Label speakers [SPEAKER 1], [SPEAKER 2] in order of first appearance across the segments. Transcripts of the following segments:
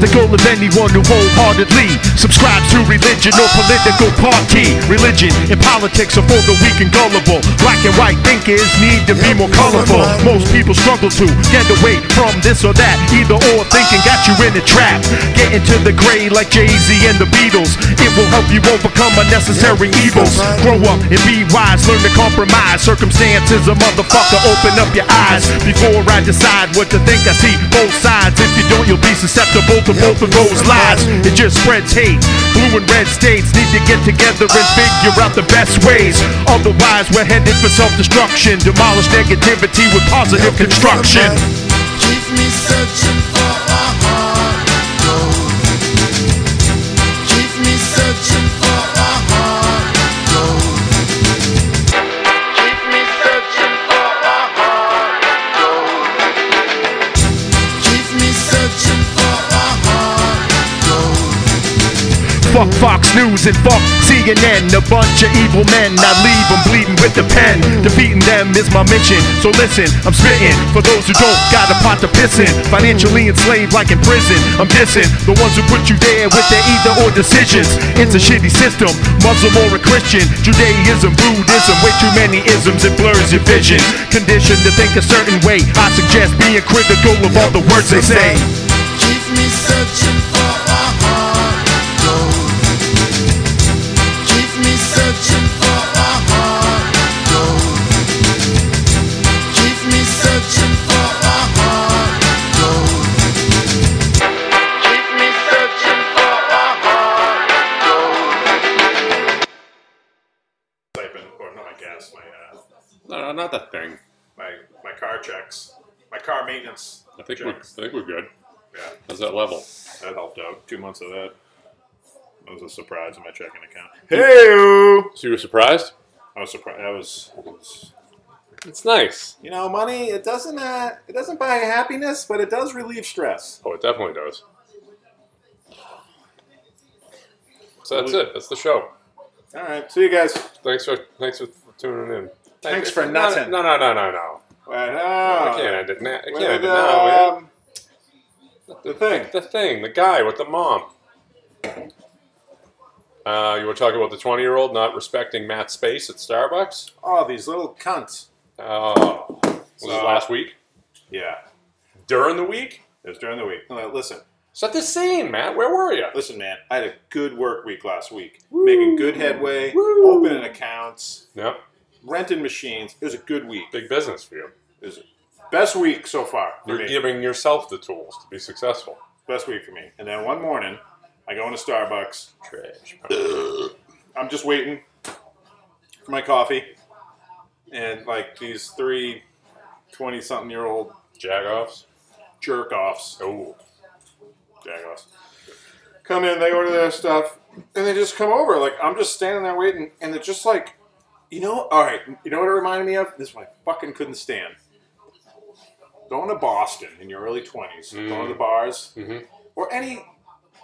[SPEAKER 1] The goal of anyone who wholeheartedly subscribes to religion or political party. Religion and politics are for the weak and gullible. Black and white thinkers need to be more colorful. Most people struggle to get away from this or that. Either or thinking got you in a trap. Get into the gray like Jay Z and the Beatles. It will help you overcome unnecessary evils. Grow up and be wise. Learn to compromise. Circumstances a motherfucker. Open up your eyes before I decide what to think. I see both sides. If you don't, you'll be susceptible to both of those lies. It just spreads hate. Blue and red states need to get together and figure out the best ways. Otherwise, we're headed for self-destruction. Demolish negativity with positive construction.
[SPEAKER 2] Keep me searching for a heart gold. Keep me searching for a heart gold. Keep me searching for a heart gold. Keep me searching for a heart gold.
[SPEAKER 1] Fuck Fox News and fuck CNN. A bunch of evil men. I leave them bleeding with the pen. Defeating them is my mission. So listen, I'm spitting. For those who don't got a pot to piss in. Financially enslaved like in prison. I'm dissing the ones who put you there with their either or decisions. It's a shitty system. Muslim or a Christian. Judaism, Buddhism. Way too many isms. It blurs your vision. Conditioned to think a certain way. I suggest being critical of all the words they say.
[SPEAKER 2] Keep me searching for a heart gold. Keep me searching for a heart gold. Keep me searching for a heart gold. Keep me searching for a heart gold.
[SPEAKER 3] Siphon, or not my gas, my uh,
[SPEAKER 4] No, no, not that thing.
[SPEAKER 3] my my car checks, my car maintenance.
[SPEAKER 4] I think we're, I
[SPEAKER 3] checks.
[SPEAKER 4] think we're good.
[SPEAKER 3] Yeah,
[SPEAKER 4] How's that level?
[SPEAKER 3] that helped out. Two months of that. That was a surprise in my checking account. Hey,
[SPEAKER 4] So you were surprised?
[SPEAKER 3] I was surprised. I was, I was-
[SPEAKER 4] It's nice.
[SPEAKER 3] you know, money. It doesn't uh, it doesn't buy happiness, but it does relieve stress.
[SPEAKER 4] Oh, it definitely does. So that's it. That's the show.
[SPEAKER 3] All right, see you guys.
[SPEAKER 4] Thanks for thanks for tuning in.
[SPEAKER 3] Thanks for
[SPEAKER 4] No,
[SPEAKER 3] nothing.
[SPEAKER 4] No, no, no, no, no.
[SPEAKER 3] Well,
[SPEAKER 4] I
[SPEAKER 3] uh,
[SPEAKER 4] can't end it now. I can't
[SPEAKER 3] well,
[SPEAKER 4] end it now, man.
[SPEAKER 3] um, the thing.
[SPEAKER 4] The thing, the guy with the mom. Uh, you were talking about the 20 year old not respecting Matt's space at Starbucks?
[SPEAKER 3] Oh, these little cunts.
[SPEAKER 4] Oh. Was it
[SPEAKER 3] So-
[SPEAKER 4] last week?
[SPEAKER 3] Yeah,
[SPEAKER 4] During the week?
[SPEAKER 3] it was during the week. Uh, listen,
[SPEAKER 4] Set the scene, Matt. Where were you?
[SPEAKER 3] Listen, man, I had a good work week last week. Making good headway,
[SPEAKER 4] Woo.
[SPEAKER 3] opening accounts,
[SPEAKER 4] Yep.
[SPEAKER 3] renting machines. It was a good week. It
[SPEAKER 4] Big business for you.
[SPEAKER 3] was the best week so far for
[SPEAKER 4] You're
[SPEAKER 3] me.
[SPEAKER 4] giving yourself the tools to be successful.
[SPEAKER 3] Best week for me. And then one morning, I go into Starbucks.
[SPEAKER 4] Trash.
[SPEAKER 3] I'm just waiting for my coffee. And like these three 20 something year old
[SPEAKER 4] Jagoffs.
[SPEAKER 3] jerk offs,
[SPEAKER 4] Oh.
[SPEAKER 3] Jagoffs. Come in, they order their stuff, and they just come over. Like I'm just standing there waiting, and they're just like, you know, all right, you know what it reminded me of? This one I fucking couldn't stand. Going to Boston in your early twenties,
[SPEAKER 4] Mm-hmm.
[SPEAKER 3] going to the bars,
[SPEAKER 4] Mhm.
[SPEAKER 3] or any.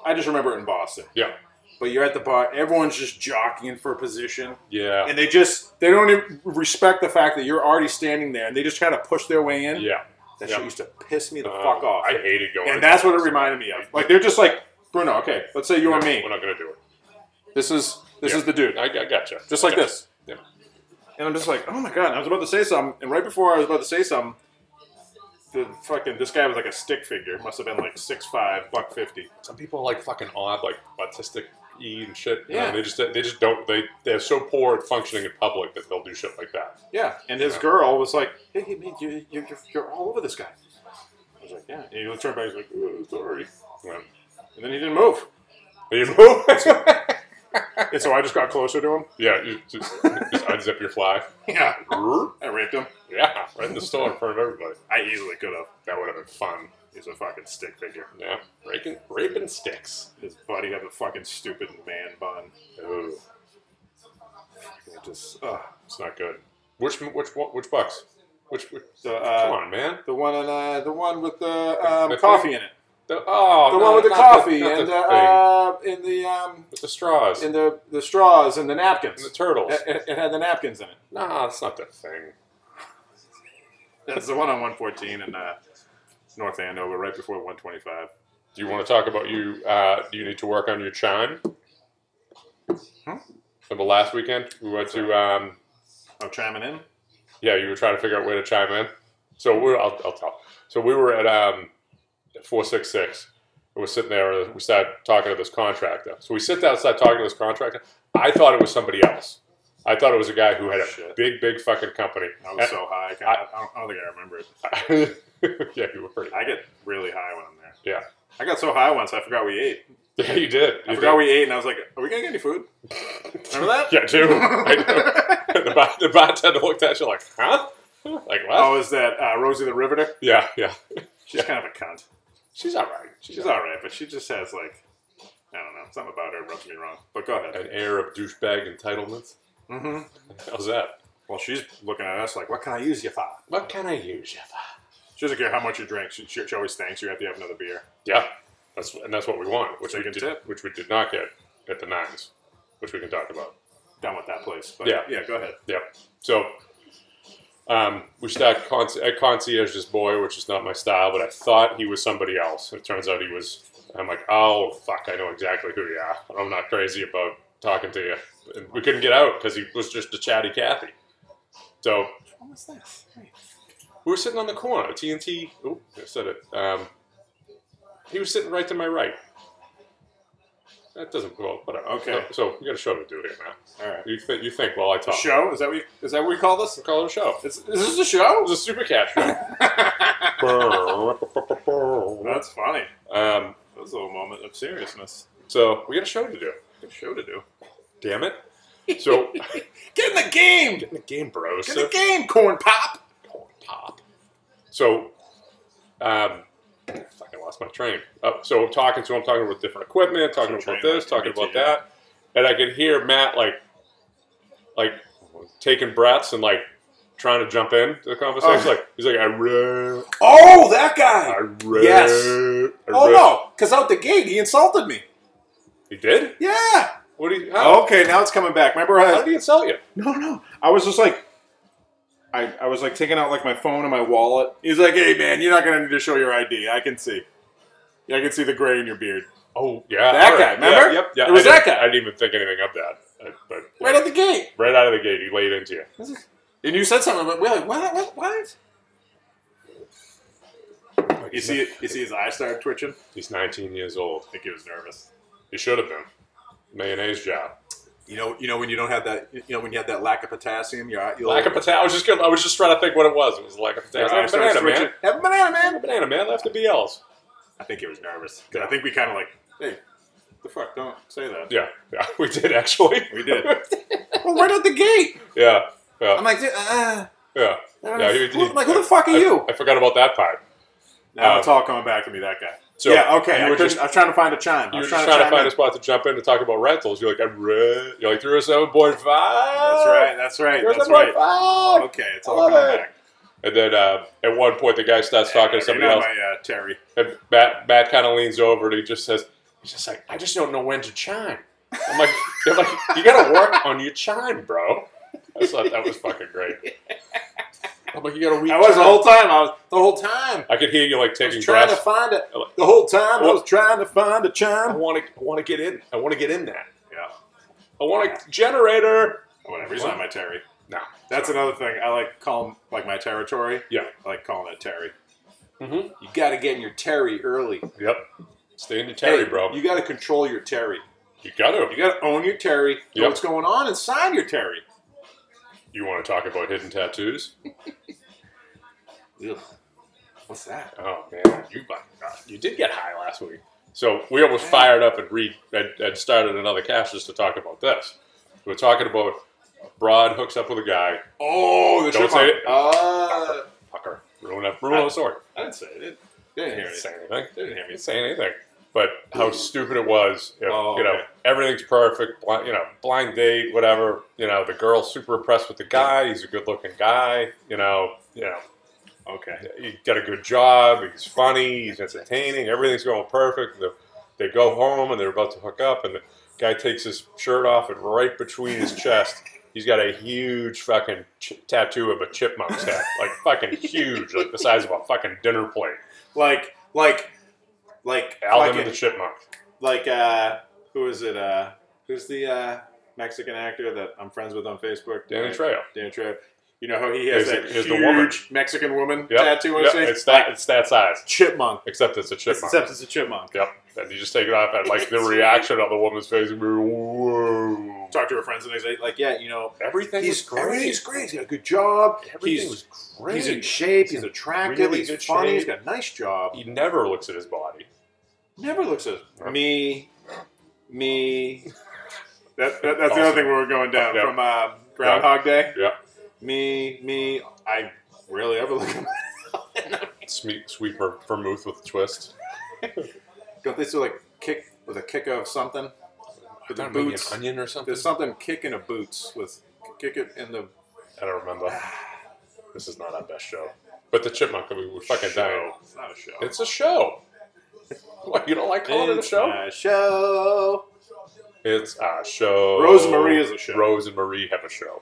[SPEAKER 3] I just remember it in Boston.
[SPEAKER 4] Yeah.
[SPEAKER 3] But you're at the bar, everyone's just jockeying for position,
[SPEAKER 4] Yeah.
[SPEAKER 3] and they just they don't even respect the fact that you're already standing there, and they just kind of push their way in.
[SPEAKER 4] Yeah.
[SPEAKER 3] that
[SPEAKER 4] yeah.
[SPEAKER 3] shit used to piss me the
[SPEAKER 4] Um,
[SPEAKER 3] fuck off.
[SPEAKER 4] I hated going.
[SPEAKER 3] And that's what it reminded me of. Like they're just like Bruno. Okay, let's say you and me.
[SPEAKER 4] We're not gonna do it.
[SPEAKER 3] This is this
[SPEAKER 4] Yeah.
[SPEAKER 3] is the dude.
[SPEAKER 4] I, I gotcha.
[SPEAKER 3] Just like
[SPEAKER 4] Gotcha.
[SPEAKER 3] this.
[SPEAKER 4] Yeah.
[SPEAKER 3] And I'm just like, oh my god! And I was about to say something, and right before I was about to say something, the fucking this guy was like a stick figure. Must have been like six five, buck fifty.
[SPEAKER 4] Some people are like fucking odd, like autistic e and shit. you know,
[SPEAKER 3] Yeah.
[SPEAKER 4] they just they just don't they they're so poor at functioning in public that they'll do shit like that.
[SPEAKER 3] Yeah. And his
[SPEAKER 4] Yeah.
[SPEAKER 3] girl was like, hey, hey man, you, you, you're you're all over this guy. I was like, yeah. And he turned back, he's like, oh, sorry.
[SPEAKER 4] Yeah.
[SPEAKER 3] And then he didn't move.
[SPEAKER 4] You know?
[SPEAKER 3] And so I just got closer to him.
[SPEAKER 4] yeah. You just, just unzip your fly.
[SPEAKER 3] Yeah. I raped him.
[SPEAKER 4] Yeah. Right in the store in front of everybody.
[SPEAKER 3] I easily could have.
[SPEAKER 4] That would have been fun.
[SPEAKER 3] He's a fucking stick figure.
[SPEAKER 4] Yeah. Raping raping sticks.
[SPEAKER 3] His buddy had a fucking stupid man bun.
[SPEAKER 4] Ooh.
[SPEAKER 3] It just, ugh.
[SPEAKER 4] It's not good. Which which which bucks? Which, which
[SPEAKER 3] The, uh,
[SPEAKER 4] come on, man.
[SPEAKER 3] The one on, uh, the one with the um,
[SPEAKER 4] The
[SPEAKER 3] coffee
[SPEAKER 4] thing?
[SPEAKER 3] in it.
[SPEAKER 4] The, oh,
[SPEAKER 3] The
[SPEAKER 4] no,
[SPEAKER 3] one with the
[SPEAKER 4] not
[SPEAKER 3] coffee
[SPEAKER 4] not
[SPEAKER 3] and the,
[SPEAKER 4] the thing.
[SPEAKER 3] uh, in the um,
[SPEAKER 4] with the straws
[SPEAKER 3] in
[SPEAKER 4] and
[SPEAKER 3] the the straws and the napkins.
[SPEAKER 4] the turtles.
[SPEAKER 3] It, it- it had the napkins in it.
[SPEAKER 4] nah, that's not that thing.
[SPEAKER 3] That's the one on 114 and uh, North Andover, right before 125.
[SPEAKER 4] Do you want to talk about you? Uh, do you need to work on your chime?
[SPEAKER 3] Hmm?
[SPEAKER 4] Remember last weekend we went to. Um,
[SPEAKER 3] I'm chiming in.
[SPEAKER 4] yeah, you were trying to figure out where to chime in. So we're. I'll, I'll tell. So we were at um, four six six. We were sitting there. and We started talking to this contractor. So we sit down, start talking to this contractor. I thought it was somebody else. I thought it was a guy who had a
[SPEAKER 3] Shit.
[SPEAKER 4] big, big fucking company.
[SPEAKER 3] I was so high. I, can't, I, don't, I don't think I remember it.
[SPEAKER 4] yeah, you were pretty.
[SPEAKER 3] I get really high when I'm there.
[SPEAKER 4] Yeah,
[SPEAKER 3] I got so high once I forgot we ate.
[SPEAKER 4] yeah, you did.
[SPEAKER 3] I
[SPEAKER 4] You
[SPEAKER 3] forgot
[SPEAKER 4] did.
[SPEAKER 3] we ate, and I was like, "Are we gonna get any food?" Remember that?
[SPEAKER 4] Yeah, I do. I do. the, bar, the bartender looked at you like, huh? Like what?
[SPEAKER 3] Oh, is that uh, Rosie the Riveter?
[SPEAKER 4] yeah, yeah.
[SPEAKER 3] She's kind of a cunt.
[SPEAKER 4] She's all right. She's
[SPEAKER 3] She's all right, but she just has like, I don't know, something about her rubs me wrong. But go ahead.
[SPEAKER 4] an air of douchebag entitlement.
[SPEAKER 3] hmm
[SPEAKER 4] How's that?
[SPEAKER 3] Well, she's looking at us like, "What can I use you for?"
[SPEAKER 4] What can I use you for?
[SPEAKER 3] She doesn't care how much you drink. She, she, she always thanks you after you have another beer.
[SPEAKER 4] Yeah, that's and that's what we want, which we
[SPEAKER 3] Second
[SPEAKER 4] did,
[SPEAKER 3] tip.
[SPEAKER 4] which we did not get at the nines, which we can talk about.
[SPEAKER 3] Done with that place. But
[SPEAKER 4] Yeah.
[SPEAKER 3] yeah. Go ahead.
[SPEAKER 4] Yeah. So um, we start con- at concierge's boy, which is not my style, but I thought he was somebody else. It turns out he was. I'm like, oh fuck, I know exactly who you are. I'm not crazy about talking to you. And we couldn't get out because he was just a chatty Cathy. So
[SPEAKER 3] What was this?
[SPEAKER 4] we were sitting on the corner, TNT. Oh, I said it. Um, he was sitting right to my right. That doesn't well, whatever.
[SPEAKER 3] Okay.
[SPEAKER 4] So, so you got a show to do here now.
[SPEAKER 3] All right.
[SPEAKER 4] You think you think while I talk?
[SPEAKER 3] Show is that we is that what we call this?
[SPEAKER 4] Call it a show.
[SPEAKER 3] Is, is this a show?
[SPEAKER 4] It was a super cat show.
[SPEAKER 3] That's funny.
[SPEAKER 4] um,
[SPEAKER 3] That was a little moment of seriousness.
[SPEAKER 4] so we got a show to do.
[SPEAKER 3] Good show to do.
[SPEAKER 4] Damn it! So
[SPEAKER 3] Get in the game.
[SPEAKER 4] the game, bro.
[SPEAKER 3] Get
[SPEAKER 4] so-
[SPEAKER 3] in the game. Corn pop.
[SPEAKER 4] pop. So, um, fucking lost my train. Uh, so I'm talking to him, talking about different equipment, talking
[SPEAKER 3] Some
[SPEAKER 4] about
[SPEAKER 3] train
[SPEAKER 4] this,
[SPEAKER 3] wreck,
[SPEAKER 4] talking
[SPEAKER 3] me
[SPEAKER 4] about
[SPEAKER 3] too,
[SPEAKER 4] that, and I could hear Matt like, like taking breaths and like trying to jump into the conversation.
[SPEAKER 3] Oh.
[SPEAKER 4] Like he's like, I re,
[SPEAKER 3] Oh, that guy.
[SPEAKER 4] I re,
[SPEAKER 3] Yes.
[SPEAKER 4] I
[SPEAKER 3] Oh
[SPEAKER 4] re-"
[SPEAKER 3] no, because out the gate he insulted me.
[SPEAKER 4] he did.
[SPEAKER 3] Yeah.
[SPEAKER 4] What do you? How,
[SPEAKER 3] Oh, Okay, now it's coming back. Remember
[SPEAKER 4] how did
[SPEAKER 3] I?
[SPEAKER 4] he insult you?
[SPEAKER 3] No, no. I was just like, I, I was like taking out like my phone and my wallet. He's like, "Hey man, you're not gonna need to show your ID. I can see. Yeah, I can see the gray in your beard.
[SPEAKER 4] Oh yeah,
[SPEAKER 3] That
[SPEAKER 4] all
[SPEAKER 3] guy, remember?
[SPEAKER 4] Yeah, yep, yeah.
[SPEAKER 3] It was
[SPEAKER 4] I
[SPEAKER 3] that
[SPEAKER 4] didn't-
[SPEAKER 3] guy.
[SPEAKER 4] I didn't even think anything of that. I- but
[SPEAKER 3] Right out the gate."
[SPEAKER 4] right out of the gate, he laid into you.
[SPEAKER 3] And you said something, but we're like, "What? What? What?" You see, you see his eyes started twitching.
[SPEAKER 4] He's 19 years old.
[SPEAKER 3] I think he was nervous.
[SPEAKER 4] It should have been. Mayonnaise job.
[SPEAKER 3] You know, you know when you don't have that, you know when you have that lack of potassium, your eye- you'll-
[SPEAKER 4] Lack of potassium. I was just gonna, I was just trying to think what it was. It was lack of
[SPEAKER 3] your
[SPEAKER 4] potassium.
[SPEAKER 3] eye
[SPEAKER 4] Have a
[SPEAKER 3] starts
[SPEAKER 4] banana, man.
[SPEAKER 3] twitching. Have a banana, man.
[SPEAKER 4] Have a banana, man. Left the BLs.
[SPEAKER 3] I think he was nervous. 'Cause I think we kind of like, hey, the fuck, don't say that.
[SPEAKER 4] Yeah, yeah. We did actually.
[SPEAKER 3] We did. well, right at the gate.
[SPEAKER 4] yeah, yeah,
[SPEAKER 3] I'm like, uh,
[SPEAKER 4] yeah.
[SPEAKER 3] uh,
[SPEAKER 4] yeah he-
[SPEAKER 3] who-
[SPEAKER 4] he-
[SPEAKER 3] like, who the fuck are
[SPEAKER 4] I-
[SPEAKER 3] you?
[SPEAKER 4] I forgot about that part.
[SPEAKER 3] Now
[SPEAKER 4] Um,
[SPEAKER 3] it's all coming back to me, that guy.
[SPEAKER 4] So
[SPEAKER 3] yeah, okay.
[SPEAKER 4] you
[SPEAKER 3] I,
[SPEAKER 4] were
[SPEAKER 3] couldn't-
[SPEAKER 4] just-
[SPEAKER 3] I was trying to find a chime. I
[SPEAKER 4] You were
[SPEAKER 3] was
[SPEAKER 4] just trying to find
[SPEAKER 3] chime
[SPEAKER 4] a spot to jump in to talk about rentals. You're like, I'm re- you're like 307.5.
[SPEAKER 3] in. That's right. That's right. That's right. Okay, it's
[SPEAKER 4] I
[SPEAKER 3] all
[SPEAKER 4] love
[SPEAKER 3] coming
[SPEAKER 4] it.
[SPEAKER 3] back.
[SPEAKER 4] And then uh, at one point, the guy starts talking
[SPEAKER 3] Yeah,
[SPEAKER 4] to somebody
[SPEAKER 3] you know
[SPEAKER 4] else.
[SPEAKER 3] My, uh, Terry.
[SPEAKER 4] And Matt, Matt kind of leans over and he just says, he's just like, I just don't know when to chime. I'm like, they're like, you gotta work on your chime, bro. I thought that was fucking great. I'm like, you gotta weak
[SPEAKER 3] I was the
[SPEAKER 4] chime."
[SPEAKER 3] whole time. I was the whole time.
[SPEAKER 4] I could hear you like
[SPEAKER 3] I
[SPEAKER 4] taking
[SPEAKER 3] was trying to
[SPEAKER 4] breaths.
[SPEAKER 3] find it
[SPEAKER 4] I like-
[SPEAKER 3] the whole time. I
[SPEAKER 4] Well-
[SPEAKER 3] was trying to find a
[SPEAKER 4] I
[SPEAKER 3] chime.
[SPEAKER 4] want to, I want to get in. I want to get in that.
[SPEAKER 3] Yeah.
[SPEAKER 4] I want to generator.
[SPEAKER 3] Whatever. He's not my Terry.
[SPEAKER 4] No,
[SPEAKER 3] That's another thing. I like call him like my territory.
[SPEAKER 4] yeah,
[SPEAKER 3] I like calling it Terry.
[SPEAKER 4] Mhm.
[SPEAKER 3] You got to get in your Terry early.
[SPEAKER 4] yep. Stay in your Terry,
[SPEAKER 3] Hey,
[SPEAKER 4] bro.
[SPEAKER 3] You
[SPEAKER 4] You,
[SPEAKER 3] got to control your Terry.
[SPEAKER 4] gotta.
[SPEAKER 3] You got to own your Terry. Know
[SPEAKER 4] Yep.
[SPEAKER 3] what's going on inside your Terry?
[SPEAKER 4] you want to talk about hidden tattoos?
[SPEAKER 3] Ugh. What's that?
[SPEAKER 4] Oh man, you you did get high last week. So we almost fired up and re and, and started another cast just to talk about this. We're talking about Broad hooks up with a guy.
[SPEAKER 3] Oh, the
[SPEAKER 4] Don't
[SPEAKER 3] chipmunk.
[SPEAKER 4] say it.
[SPEAKER 3] Uh,
[SPEAKER 4] Fucker, ruin that, ruin the story.
[SPEAKER 3] I didn't say it. They didn't hear
[SPEAKER 4] Didn't say
[SPEAKER 3] it.
[SPEAKER 4] anything.
[SPEAKER 3] They didn't hear me.
[SPEAKER 4] Didn't say anything. But how stupid it was. If,
[SPEAKER 3] Oh,
[SPEAKER 4] you know,
[SPEAKER 3] okay.
[SPEAKER 4] everything's perfect. Blind, you know, blind date, whatever. You know, the girl's super impressed with the guy. He's a good-looking guy. You know, you know,
[SPEAKER 3] Okay.
[SPEAKER 4] he got a good job. He's funny. He's entertaining. Everything's going perfect. The- they go home and they're about to hook up, and the guy takes his shirt off and right between his chest, he's got a huge fucking ch- tattoo of a chipmunk's head, like fucking huge, like the size of a fucking dinner plate.
[SPEAKER 3] Like, like, Like
[SPEAKER 4] Alvin and
[SPEAKER 3] fucking-
[SPEAKER 4] the Chipmunk.
[SPEAKER 3] like uh who is it uh who's the uh mexican actor that i'm friends with on facebook
[SPEAKER 4] Danny
[SPEAKER 3] Uh,
[SPEAKER 4] Trejo.
[SPEAKER 3] danny trejo you know how he has
[SPEAKER 4] Is
[SPEAKER 3] that
[SPEAKER 4] it- is
[SPEAKER 3] huge
[SPEAKER 4] the woman.
[SPEAKER 3] mexican woman
[SPEAKER 4] Yep.
[SPEAKER 3] tattoo on
[SPEAKER 4] yep.
[SPEAKER 3] his face
[SPEAKER 4] It's that. It's that size.
[SPEAKER 3] chipmunk
[SPEAKER 4] Except it's a chipmunk.
[SPEAKER 3] except it's a chipmunk
[SPEAKER 4] Yep. And you just take it off, and like the reaction on the woman's face would be, whoa.
[SPEAKER 3] talk to her friends the next day like yeah you know
[SPEAKER 4] Everything
[SPEAKER 3] he's
[SPEAKER 4] was great.
[SPEAKER 3] he's great he's got a good job he's
[SPEAKER 4] Everything was great.
[SPEAKER 3] he's in shape he's attractive
[SPEAKER 4] really
[SPEAKER 3] he's
[SPEAKER 4] good
[SPEAKER 3] funny
[SPEAKER 4] shape.
[SPEAKER 3] he's got a nice job
[SPEAKER 4] he never looks at his body.
[SPEAKER 3] never looks at
[SPEAKER 4] Right.
[SPEAKER 3] me me that, that, that's the
[SPEAKER 4] Awesome.
[SPEAKER 3] other thing we were going down
[SPEAKER 4] Yep.
[SPEAKER 3] from uh, groundhog day
[SPEAKER 4] Yep.
[SPEAKER 3] me, me. I rarely ever look at my.
[SPEAKER 4] Sweet, sweet ver- vermouth with a twist.
[SPEAKER 3] Don't they still like kick with a kick of something? With the
[SPEAKER 4] Thought maybe
[SPEAKER 3] boots.
[SPEAKER 4] an onion or something.
[SPEAKER 3] There's something kicking a boots with kick it in the.
[SPEAKER 4] I don't remember.
[SPEAKER 3] Ah.
[SPEAKER 4] This is not our best show. But the chipmunk, we were fucking dying.
[SPEAKER 3] It's not a show.
[SPEAKER 4] It's a show. What, you don't like calling it a
[SPEAKER 3] It's
[SPEAKER 4] show?
[SPEAKER 3] not a show.
[SPEAKER 4] It's a show.
[SPEAKER 3] Rosemarie is a show.
[SPEAKER 4] Rose and Marie have a show.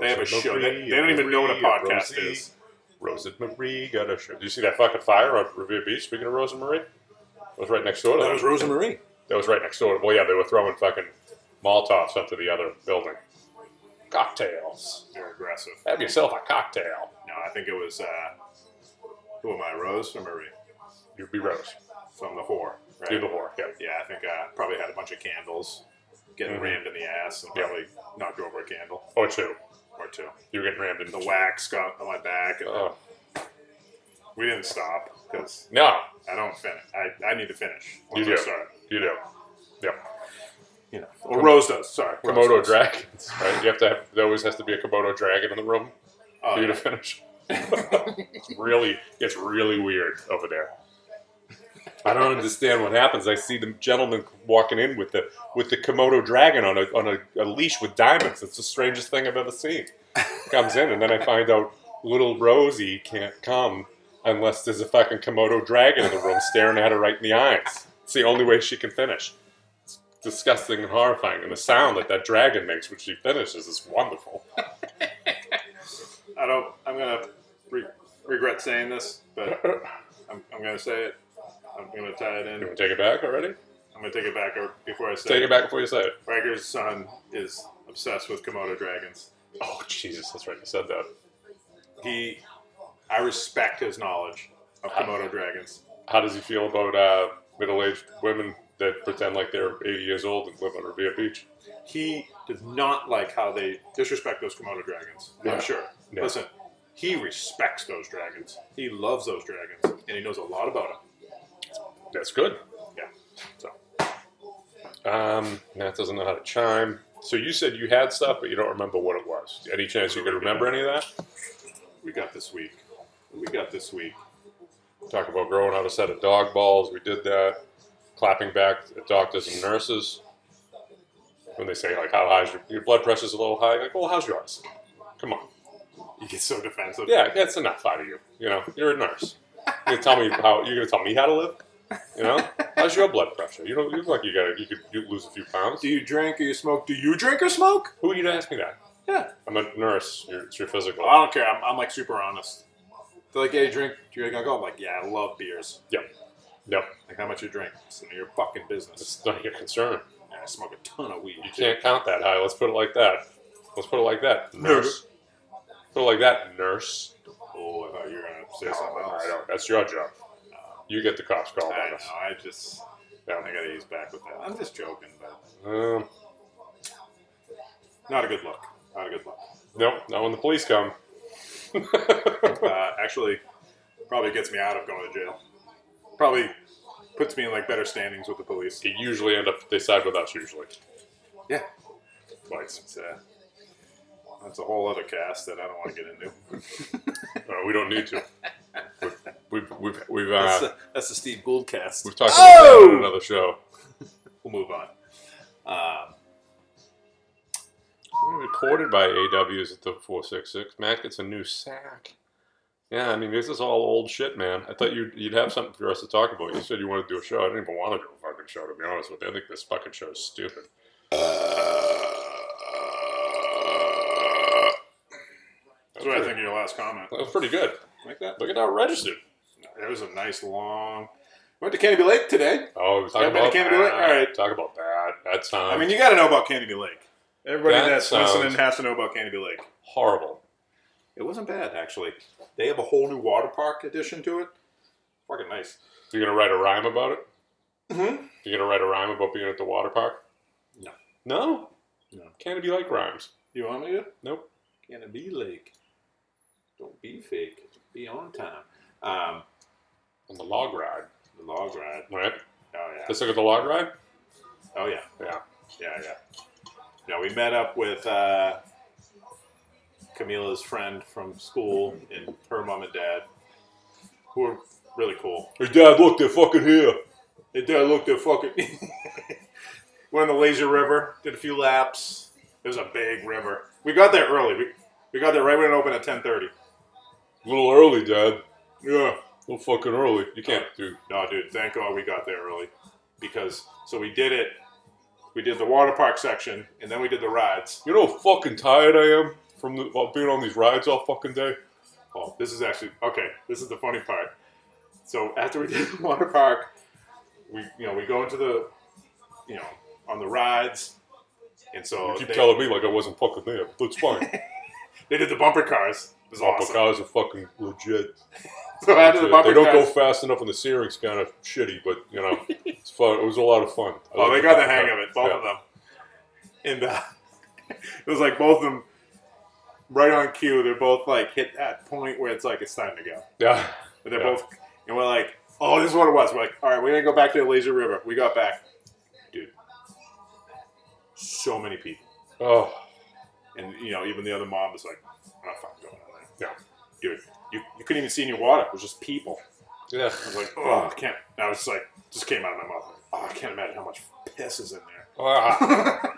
[SPEAKER 3] They have a
[SPEAKER 4] Rosemarie,
[SPEAKER 3] show. They- they don't even know what a
[SPEAKER 4] Marie,
[SPEAKER 3] podcast
[SPEAKER 4] Rosie.
[SPEAKER 3] is.
[SPEAKER 4] Rose and Marie got a show. Did you see that fucking fire on Revere Beach? Speaking of Rose and Marie, that was right next door to
[SPEAKER 3] Oh, That
[SPEAKER 4] them.
[SPEAKER 3] was Rosemarie.
[SPEAKER 4] That was right next door. Well, yeah, they were throwing fucking Molotovs up to the other building. Cocktails.
[SPEAKER 3] You're aggressive.
[SPEAKER 4] Have yourself a cocktail.
[SPEAKER 3] No, I think it was. Uh, who am I, Rose or Marie?
[SPEAKER 4] You'd be Rose.
[SPEAKER 3] From the whore. Right?
[SPEAKER 4] You're the whore. Yeah.
[SPEAKER 3] Yeah, I think uh, probably had a bunch of candles, getting
[SPEAKER 4] Mhm.
[SPEAKER 3] rammed in the ass, and
[SPEAKER 4] Yeah.
[SPEAKER 3] probably knocked over a candle
[SPEAKER 4] Or two.
[SPEAKER 3] or two.
[SPEAKER 4] You were getting rammed in
[SPEAKER 3] The wax got on my back, and
[SPEAKER 4] Oh.
[SPEAKER 3] we didn't stop because
[SPEAKER 4] No,
[SPEAKER 3] I don't finish. I, I need to finish.
[SPEAKER 4] you
[SPEAKER 3] Once
[SPEAKER 4] do.
[SPEAKER 3] I start.
[SPEAKER 4] You do. Yeah.
[SPEAKER 3] You know. Or Rose does. Sorry. Rose
[SPEAKER 4] Komodo
[SPEAKER 3] does.
[SPEAKER 4] dragons. Right? You have to have. There always has to be a Komodo dragon in the room
[SPEAKER 3] Oh,
[SPEAKER 4] for you to
[SPEAKER 3] yeah.
[SPEAKER 4] finish. really, it's really weird over there. I don't understand what happens. I see the gentleman walking in with the with the Komodo dragon on a on a, a leash with diamonds. It's the strangest thing I've ever seen. Comes in, and then I find out little Rosie can't come unless there's a fucking Komodo dragon in the room staring at her right in the eyes. It's the only way she can finish. It's disgusting and horrifying, and the sound that that dragon makes when she finishes is wonderful.
[SPEAKER 3] I don't. I'm gonna re- regret saying this, but I'm, I'm gonna say it. I'm gonna tie it in.
[SPEAKER 4] You want to take it back already?
[SPEAKER 3] I'm gonna take it back or- before I say
[SPEAKER 4] Take it back before you say it.
[SPEAKER 3] Riker's son is obsessed with Komodo dragons.
[SPEAKER 4] Oh Jesus, that's right. You said that.
[SPEAKER 3] He, I respect his knowledge of
[SPEAKER 4] Ah.
[SPEAKER 3] Komodo dragons.
[SPEAKER 4] How does he feel about uh, middle-aged women that pretend like they're 80 years old and live on Revere Beach?
[SPEAKER 3] He does not like how they disrespect those Komodo dragons.
[SPEAKER 4] Yeah.
[SPEAKER 3] I'm sure.
[SPEAKER 4] Yeah.
[SPEAKER 3] Listen, he respects those dragons. He loves those dragons, and he knows a lot about them.
[SPEAKER 4] That's good.
[SPEAKER 3] Yeah.
[SPEAKER 4] So, um, Matt doesn't know how to chime. So you said you had stuff, but you don't remember what it was. Any chance you could remember any of that?
[SPEAKER 3] we got this week. We got this week.
[SPEAKER 4] Talk about growing out a set of dog balls. We did that. Clapping back at doctors and nurses when they say like, "How high's your, your blood pressure's a little high?" Like, "Well, how's yours?" Come on.
[SPEAKER 3] You get so defensive.
[SPEAKER 4] yeah, that's enough out of you. You know, you're a nurse. You're gonna tell me how you're gonna tell me how to live. You know, how's your blood pressure? You don't you look like you got to you could you lose a few pounds.
[SPEAKER 3] Do you drink or you smoke? Do you drink or smoke?
[SPEAKER 4] Who are you to ask me that?
[SPEAKER 3] Yeah.
[SPEAKER 4] I'm a nurse. You're, it's your physical.
[SPEAKER 3] Well, I don't care. I'm, I'm like super honest. They're like, yeah, you drink. Do you drink alcohol? I'm like, yeah, I love beers.
[SPEAKER 4] Yep. Yep.
[SPEAKER 3] Like, how much you drink? It's none of your fucking business.
[SPEAKER 4] It's not your concern.
[SPEAKER 3] And I smoke a ton of weed.
[SPEAKER 4] You can't count that high. Let's put it like that. Let's put it like that.
[SPEAKER 3] Nurse.
[SPEAKER 4] Nurse. Put it like that, nurse.
[SPEAKER 3] Oh, I thought you were gonna say something else.
[SPEAKER 4] I don't. That's your job. You get the cops called
[SPEAKER 3] I
[SPEAKER 4] on
[SPEAKER 3] Oh, know.
[SPEAKER 4] us.
[SPEAKER 3] I just.
[SPEAKER 4] Yeah.
[SPEAKER 3] I gotta use back with that. I'm just joking, but
[SPEAKER 4] Um,
[SPEAKER 3] not a good look. Not a good look.
[SPEAKER 4] no, not when the police come.
[SPEAKER 3] uh, actually probably gets me out of going to jail. Probably puts me in like better standings with the police.
[SPEAKER 4] They usually end up. They side with us usually.
[SPEAKER 3] Yeah, but it's, uh, that's a whole other cast that I don't want to get into.
[SPEAKER 4] No, Uh, we don't need to. We've we've we've, we've,
[SPEAKER 3] That's,
[SPEAKER 4] uh,
[SPEAKER 3] the, that's the Steve Gould cast.
[SPEAKER 4] we've talked about that on another show.
[SPEAKER 3] We'll move on. Um,
[SPEAKER 4] We're recorded by AWs at the four six six. Matt gets a new sack. Yeah, I mean this is all old shit, man. I thought you'd you'd have something for us to talk about. You said you wanted to do a show. I didn't even want to do a fucking show to be honest with you. I think this fucking show is stupid.
[SPEAKER 3] that's what I think of your last comment.
[SPEAKER 4] That was pretty good.
[SPEAKER 3] Like that?
[SPEAKER 4] Look at how registered.
[SPEAKER 3] It was a nice long. Went to Canopy Lake today.
[SPEAKER 4] Oh, we talk
[SPEAKER 3] I've been to
[SPEAKER 4] about that.
[SPEAKER 3] Canterbury Lake? All right.
[SPEAKER 4] Talk about that. That sounds
[SPEAKER 3] I mean, you got to know about Canopy Lake. Everybody
[SPEAKER 4] That
[SPEAKER 3] that's
[SPEAKER 4] sounds-
[SPEAKER 3] listening has to know about Canopy Lake.
[SPEAKER 4] horrible.
[SPEAKER 3] It wasn't bad actually. They have a whole new water park addition to it. Fucking nice.
[SPEAKER 4] You're gonna write a rhyme about it.
[SPEAKER 3] Mhm.
[SPEAKER 4] You're gonna write a rhyme about being at the water park.
[SPEAKER 3] No.
[SPEAKER 4] No.
[SPEAKER 3] No.
[SPEAKER 4] Can it be like rhymes?
[SPEAKER 3] You want me to?
[SPEAKER 4] Nope.
[SPEAKER 3] Canopy Lake. Don't be fake. Be on time. Um,
[SPEAKER 4] On the log ride,
[SPEAKER 3] the log ride.
[SPEAKER 4] right?
[SPEAKER 3] Oh yeah.
[SPEAKER 4] Let's look at the log ride.
[SPEAKER 3] Oh yeah.
[SPEAKER 4] Yeah.
[SPEAKER 3] Yeah, yeah. No, we met up with uh, Camila's friend from school and her mom and dad, who were really cool.
[SPEAKER 4] Hey, Dad, look, they're fucking here.
[SPEAKER 3] They did look they're fucking. Went on the laser river, did a few laps. It was a big river. We got there early. We, we got there right when it opened at ten thirty.
[SPEAKER 4] A little early, Dad.
[SPEAKER 3] Yeah.
[SPEAKER 4] A little fucking early. You can't do.
[SPEAKER 3] No, dude. Thank God we got there early, because so we did it. We did the water park section, and then we did the rides.
[SPEAKER 4] You know how fucking tired I am from the, about being on these rides all fucking day.
[SPEAKER 3] Oh, this is actually okay. This is the funny part. So after we did the water park, we you know we go into the you know on the rides, and so
[SPEAKER 4] You
[SPEAKER 3] Oh,
[SPEAKER 4] keep
[SPEAKER 3] they,
[SPEAKER 4] telling me like I wasn't fucking there. But it's fine.
[SPEAKER 3] they did the bumper cars. It was
[SPEAKER 4] Bumper
[SPEAKER 3] awesome.
[SPEAKER 4] cars are fucking legit.
[SPEAKER 3] So after the
[SPEAKER 4] Legit.
[SPEAKER 3] bumper
[SPEAKER 4] They don't go
[SPEAKER 3] cars,
[SPEAKER 4] fast enough on the steering's kind of shitty, but you know, it's fun. It was a lot of fun. I
[SPEAKER 3] oh, they
[SPEAKER 4] like
[SPEAKER 3] got the
[SPEAKER 4] bumper
[SPEAKER 3] hang
[SPEAKER 4] car.
[SPEAKER 3] of it, both
[SPEAKER 4] Yeah.
[SPEAKER 3] of them, and uh, it was like both of them right on cue. They're both like hit that point where it's like it's time to go.
[SPEAKER 4] Yeah.
[SPEAKER 3] But they're
[SPEAKER 4] Yeah.
[SPEAKER 3] both, and we're like, oh, this is what it was. We're like, all right, we're gonna go back to the Laser River. We got back, dude. So many people,
[SPEAKER 4] Oh,
[SPEAKER 3] and you know, even the other mom was like, I'm not fucking going on
[SPEAKER 4] yeah.
[SPEAKER 3] that, dude. You, you couldn't even see any water. It was just people.
[SPEAKER 4] Yeah.
[SPEAKER 3] I was like, oh, I can't. And I was just like, just came out of my mouth. Like, oh, I can't imagine how much piss is in there.
[SPEAKER 4] Ah,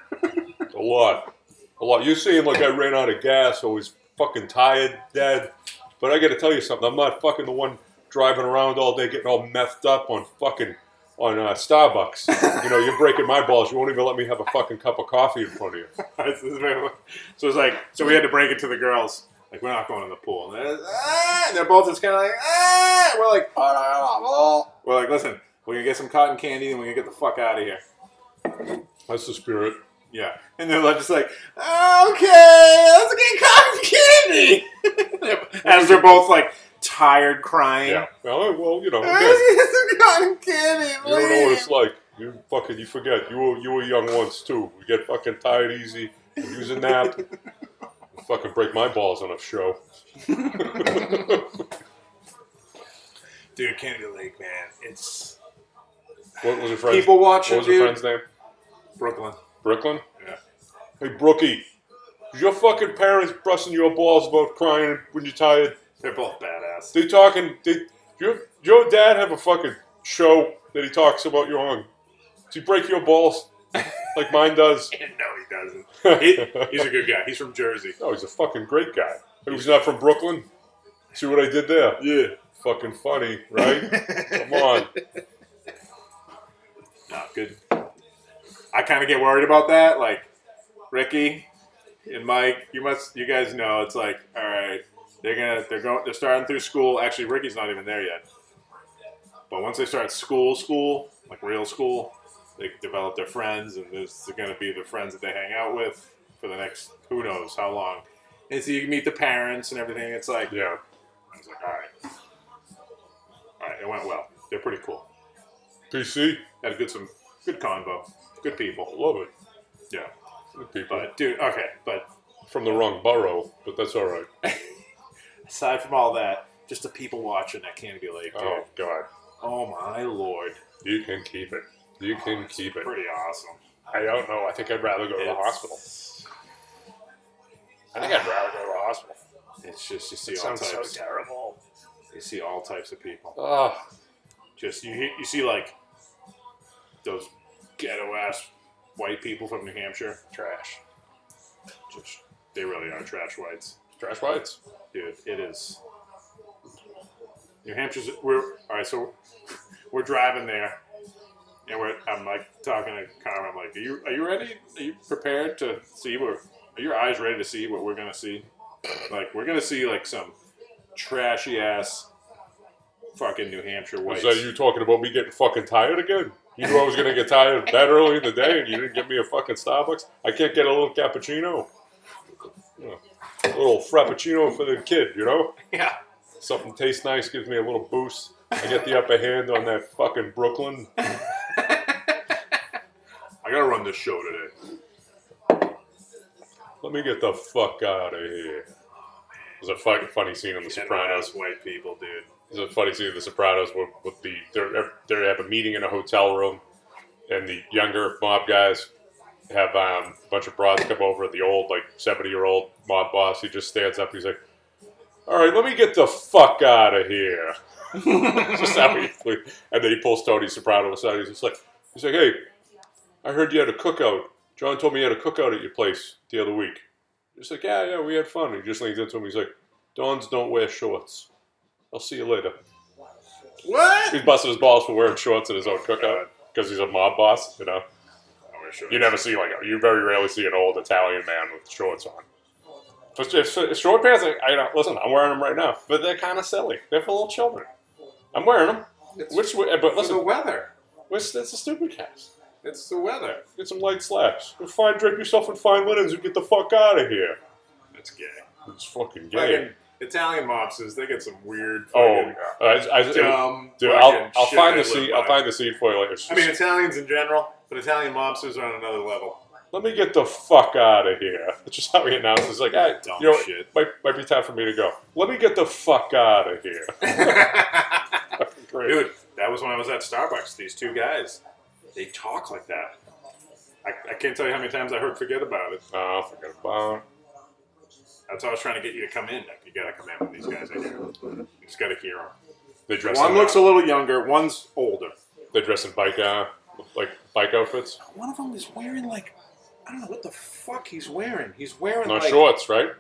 [SPEAKER 4] a lot. A lot. You're saying like I ran out of gas, I was fucking tired, Dad. But I gotta tell you something, I'm not fucking the one driving around all day getting all messed up on fucking on uh, Starbucks. you know, you're breaking my balls. You won't even let me have a fucking cup of coffee in front of you.
[SPEAKER 3] This is very- so it's like, so we had to break it to the girls. Like, we're not going in the pool. And they're, ah, and they're both just kind of like, ah. We're like, oh, no, no, no. we're like, listen, we're gonna get some cotton candy and we're gonna get the fuck out of here.
[SPEAKER 4] That's the spirit.
[SPEAKER 3] Yeah, and they're just like, "Ah, okay, let's get cotton candy. As they're both like tired, crying.
[SPEAKER 4] Yeah. Well, well you know, again,
[SPEAKER 3] Let's get some cotton candy,
[SPEAKER 4] You don't know what it's
[SPEAKER 3] please.
[SPEAKER 4] like. You fucking you forget. You were you were young once too. We get fucking tired easy. We Use a nap. You fucking break my balls on a show.
[SPEAKER 3] Dude, Candy Lake, man, it's
[SPEAKER 4] What was your friend's
[SPEAKER 3] People watching,
[SPEAKER 4] What was your
[SPEAKER 3] dude.
[SPEAKER 4] friend's name?
[SPEAKER 3] Brooklyn.
[SPEAKER 4] Brooklyn.
[SPEAKER 3] Yeah.
[SPEAKER 4] Hey Brookie, is your fucking parents busting your balls about crying when you're tired?
[SPEAKER 3] They're both badass.
[SPEAKER 4] They talking. They your your dad have a fucking show that he talks about you on. Does he break your balls like mine does?
[SPEAKER 3] no, he doesn't. He- he's a good guy. He's from Jersey.
[SPEAKER 4] No, oh, he's a fucking great guy. Who's not from Brooklyn? See what I did there?
[SPEAKER 3] Yeah.
[SPEAKER 4] Fucking funny, right? Come on.
[SPEAKER 3] No, good. I kind of get worried about that. Like Ricky and Mike, you must, you guys know. It's like, all right, they're gonna, they're going, they're starting through school. Actually, Ricky's not even there yet. But once they start school, school, like real school, they develop their friends, and this is gonna be the friends that they hang out with for the next who knows how long. And so you meet the parents and everything. It's like,
[SPEAKER 4] Yeah.
[SPEAKER 3] I was like, all right, all right, it went well. They're pretty cool.
[SPEAKER 4] PC,
[SPEAKER 3] Had a good some good convo, good people.
[SPEAKER 4] love it.
[SPEAKER 3] Yeah,
[SPEAKER 4] People
[SPEAKER 3] but dude, okay, but
[SPEAKER 4] from the wrong borough, but that's all right.
[SPEAKER 3] aside from all that, just the people watching at Canopy Lake, dude.
[SPEAKER 4] Oh
[SPEAKER 3] Oh,
[SPEAKER 4] God,
[SPEAKER 3] my lord,
[SPEAKER 4] you can keep it. You can keep it.
[SPEAKER 3] pretty awesome.
[SPEAKER 4] I don't know. I think I'd rather go to the
[SPEAKER 3] It's-
[SPEAKER 4] hospital. I think I'd rather go to the hospital.
[SPEAKER 3] It's just you see
[SPEAKER 4] It
[SPEAKER 3] all
[SPEAKER 4] sounds so
[SPEAKER 3] types.
[SPEAKER 4] terrible.
[SPEAKER 3] you see all types of people.
[SPEAKER 4] Ah,
[SPEAKER 3] Just you, hear- you see like those ghetto ass white people from New Hampshire, trash. Just they really are trash whites.
[SPEAKER 4] trash whites.
[SPEAKER 3] Dude, it is. New Hampshire's. We're all right. So we're driving there, and we're. I'm like talking to Connor. I'm like, "Are you are you ready? Are you prepared to see what? Are your eyes ready to see what we're gonna see? Like we're gonna see like some trashy ass fucking New Hampshire whites.
[SPEAKER 4] So you talking about me getting fucking tired again? You knew I was gonna get tired that early in the day, and you didn't give me a fucking Starbucks. I can't get a little cappuccino, You know, a little frappuccino for the kid. You know,
[SPEAKER 3] yeah.
[SPEAKER 4] something tastes nice, gives me a little boost. I get the upper hand on that fucking Brooklyn.
[SPEAKER 3] I gotta run this show today.
[SPEAKER 4] Let me get the fuck out of here. There's a fucking funny scene on The Sopranos.
[SPEAKER 3] Sopranos white people, dude.
[SPEAKER 4] There's a funny scene of The Sopranos with, with the they're, they have a meeting in a hotel room, and the younger mob guys have um, a bunch of broads come over. The old like seventy year old mob boss he just stands up. He's like, "All right, let me get the fuck out of here." It's just how he, and then he pulls Tony Soprano aside. He's just like, he's like, "Hey, I heard you had a cookout. John told me you had a cookout at your place the other week." He's like, "Yeah, yeah, we had fun." He just leans into him. He's like, "Dons don't wear shorts." I'll see you later.
[SPEAKER 3] What?
[SPEAKER 4] He's busting his balls for wearing shorts at his own cookout because he's a mob boss. You know, you never see like you very rarely see an old Italian man with shorts on. But if, if short pants, like, I don't listen. I'm wearing them right now, but they're kind of silly. They're for little children. I'm wearing them.
[SPEAKER 3] It's
[SPEAKER 4] Which, way- but
[SPEAKER 3] it's the
[SPEAKER 4] listen,
[SPEAKER 3] weather.
[SPEAKER 4] which, that's a stupid cast.
[SPEAKER 3] It's the weather.
[SPEAKER 4] Get some light slacks. Go find drape yourself in fine linens and get the fuck out of here.
[SPEAKER 3] That's gay.
[SPEAKER 4] It's
[SPEAKER 3] Fucking
[SPEAKER 4] fucking gay.
[SPEAKER 3] Italian mobsters, they get some weird.
[SPEAKER 4] Oh,
[SPEAKER 3] Fucking
[SPEAKER 4] I, I,
[SPEAKER 3] Dumb.
[SPEAKER 4] dude,
[SPEAKER 3] fucking
[SPEAKER 4] I'll, I'll
[SPEAKER 3] shit
[SPEAKER 4] find
[SPEAKER 3] they
[SPEAKER 4] the scene.
[SPEAKER 3] live
[SPEAKER 4] I'll
[SPEAKER 3] by.
[SPEAKER 4] find the scene for you later. It's
[SPEAKER 3] I
[SPEAKER 4] just-
[SPEAKER 3] mean, Italians in general, but Italian mobsters are on another level.
[SPEAKER 4] let me get the fuck out of here. That's just how he announces. Like, hey,
[SPEAKER 3] Dumb
[SPEAKER 4] you know, what?
[SPEAKER 3] shit.
[SPEAKER 4] Might, might be time for me to go. Let me get the fuck out of here. Fucking Great.
[SPEAKER 3] Dude, that was when I was at Starbucks. These two guys, they talk like that. I, I can't tell you how many times I heard "forget about it."
[SPEAKER 4] Oh, forget about it.
[SPEAKER 3] That's why I was trying to get you to come in. Like, you gotta come in with these guys. I hear. You just gotta hear them.
[SPEAKER 4] They dress.
[SPEAKER 3] One
[SPEAKER 4] in,
[SPEAKER 3] looks
[SPEAKER 4] uh,
[SPEAKER 3] a little younger. One's older.
[SPEAKER 4] they dress in bike, uh, like bike outfits.
[SPEAKER 3] One of them is wearing like I don't know what the fuck he's wearing. He's wearing
[SPEAKER 4] No
[SPEAKER 3] like
[SPEAKER 4] shorts, right?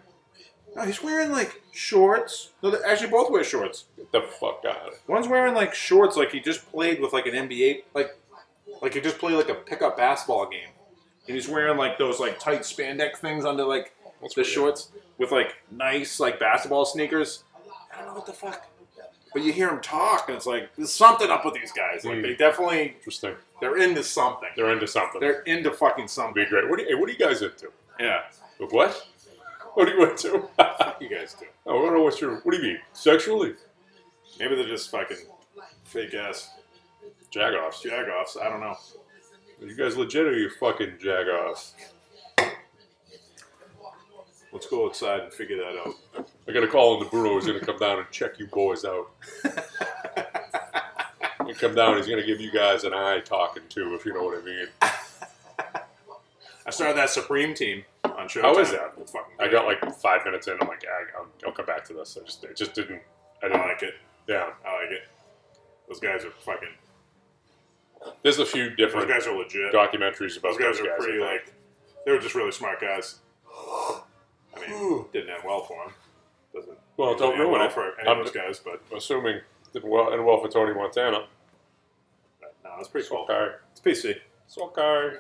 [SPEAKER 3] no, he's wearing like shorts. No, they actually both wear shorts.
[SPEAKER 4] Get the fuck out. of
[SPEAKER 3] One's wearing like shorts, like he just played with like an NBA, like like he just played like a pickup basketball game, and he's wearing like those like tight spandex things under like
[SPEAKER 4] That's
[SPEAKER 3] the
[SPEAKER 4] weird.
[SPEAKER 3] shorts with like nice like basketball sneakers. I don't know what the fuck, but you hear him talk, and it's like there's something up with these guys. Like
[SPEAKER 4] Hmm.
[SPEAKER 3] they definitely
[SPEAKER 4] Interesting.
[SPEAKER 3] they're into something.
[SPEAKER 4] They're into something.
[SPEAKER 3] They're into fucking
[SPEAKER 4] It'd
[SPEAKER 3] something.
[SPEAKER 4] be great. What are, you, hey, what are you guys into?
[SPEAKER 3] Yeah,
[SPEAKER 4] What? What are you into? I
[SPEAKER 3] you guys do.
[SPEAKER 4] don't know what you're. What do you mean? Sexually?
[SPEAKER 3] Maybe they're just fucking fake ass
[SPEAKER 4] Jagoffs.
[SPEAKER 3] jagoffs. I don't know.
[SPEAKER 4] Are you guys legit or are you fucking jagoffs?
[SPEAKER 3] Let's go outside and figure that out.
[SPEAKER 4] I got a call on the bureau. He's going to come down and check you boys out. He'll come down. He's going to give you guys an eye talking to, if you know what I mean.
[SPEAKER 3] I started that Supreme team on Showtime.
[SPEAKER 4] How is that?
[SPEAKER 3] It's fucking
[SPEAKER 4] I
[SPEAKER 3] good.
[SPEAKER 4] got like five minutes in. I'm like, I, I'll, I'll come back to this. I just, it just didn't. I
[SPEAKER 3] I
[SPEAKER 4] didn't.
[SPEAKER 3] like it.
[SPEAKER 4] Yeah.
[SPEAKER 3] I like it. Those guys are fucking.
[SPEAKER 4] There's a few
[SPEAKER 3] Those
[SPEAKER 4] different
[SPEAKER 3] guys are legit.
[SPEAKER 4] documentaries about
[SPEAKER 3] Those guys are
[SPEAKER 4] I
[SPEAKER 3] pretty
[SPEAKER 4] think.
[SPEAKER 3] like. They were just really smart guys. I mean, didn't end well for them. Doesn't.
[SPEAKER 4] Well,
[SPEAKER 3] really
[SPEAKER 4] don't
[SPEAKER 3] end
[SPEAKER 4] ruin
[SPEAKER 3] well
[SPEAKER 4] it.
[SPEAKER 3] for any
[SPEAKER 4] I'm-
[SPEAKER 3] of those guys, but
[SPEAKER 4] I'm assuming did well and well for Tony Montana.
[SPEAKER 3] but no, it's pretty
[SPEAKER 4] It's
[SPEAKER 3] cool.
[SPEAKER 4] okay.
[SPEAKER 3] It's PC.
[SPEAKER 4] It's okay.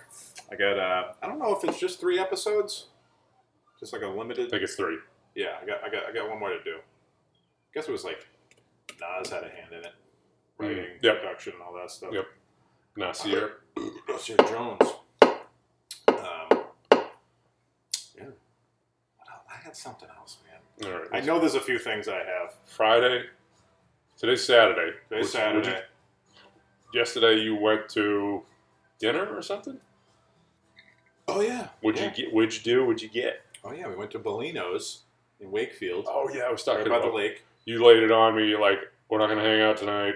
[SPEAKER 3] I got. Uh, I don't know if it's just three episodes. Just like a
[SPEAKER 4] I
[SPEAKER 3] limited.
[SPEAKER 4] think it's three.
[SPEAKER 3] Yeah, I got. I got. I got one more to do. guess it was like Nas had a hand in it, writing,
[SPEAKER 4] Mm, yep.
[SPEAKER 3] production, and all that stuff.
[SPEAKER 4] Yep. Nasir.
[SPEAKER 3] Sir Jones. Um, yeah. I got something else, man.
[SPEAKER 4] All right.
[SPEAKER 3] I know there's a few things I have.
[SPEAKER 4] Friday. Today's Saturday.
[SPEAKER 3] Today's
[SPEAKER 4] Would- would
[SPEAKER 3] Saturday.
[SPEAKER 4] you- yesterday you went to dinner or something.
[SPEAKER 3] oh yeah.
[SPEAKER 4] Would you get? Would you do? Would you get?
[SPEAKER 3] Oh yeah. We went to Bolino's in Wakefield,
[SPEAKER 4] Oh yeah, I was
[SPEAKER 3] right
[SPEAKER 4] talking
[SPEAKER 3] by the
[SPEAKER 4] about-
[SPEAKER 3] lake.
[SPEAKER 4] You laid it on me like we're not gonna hang out tonight.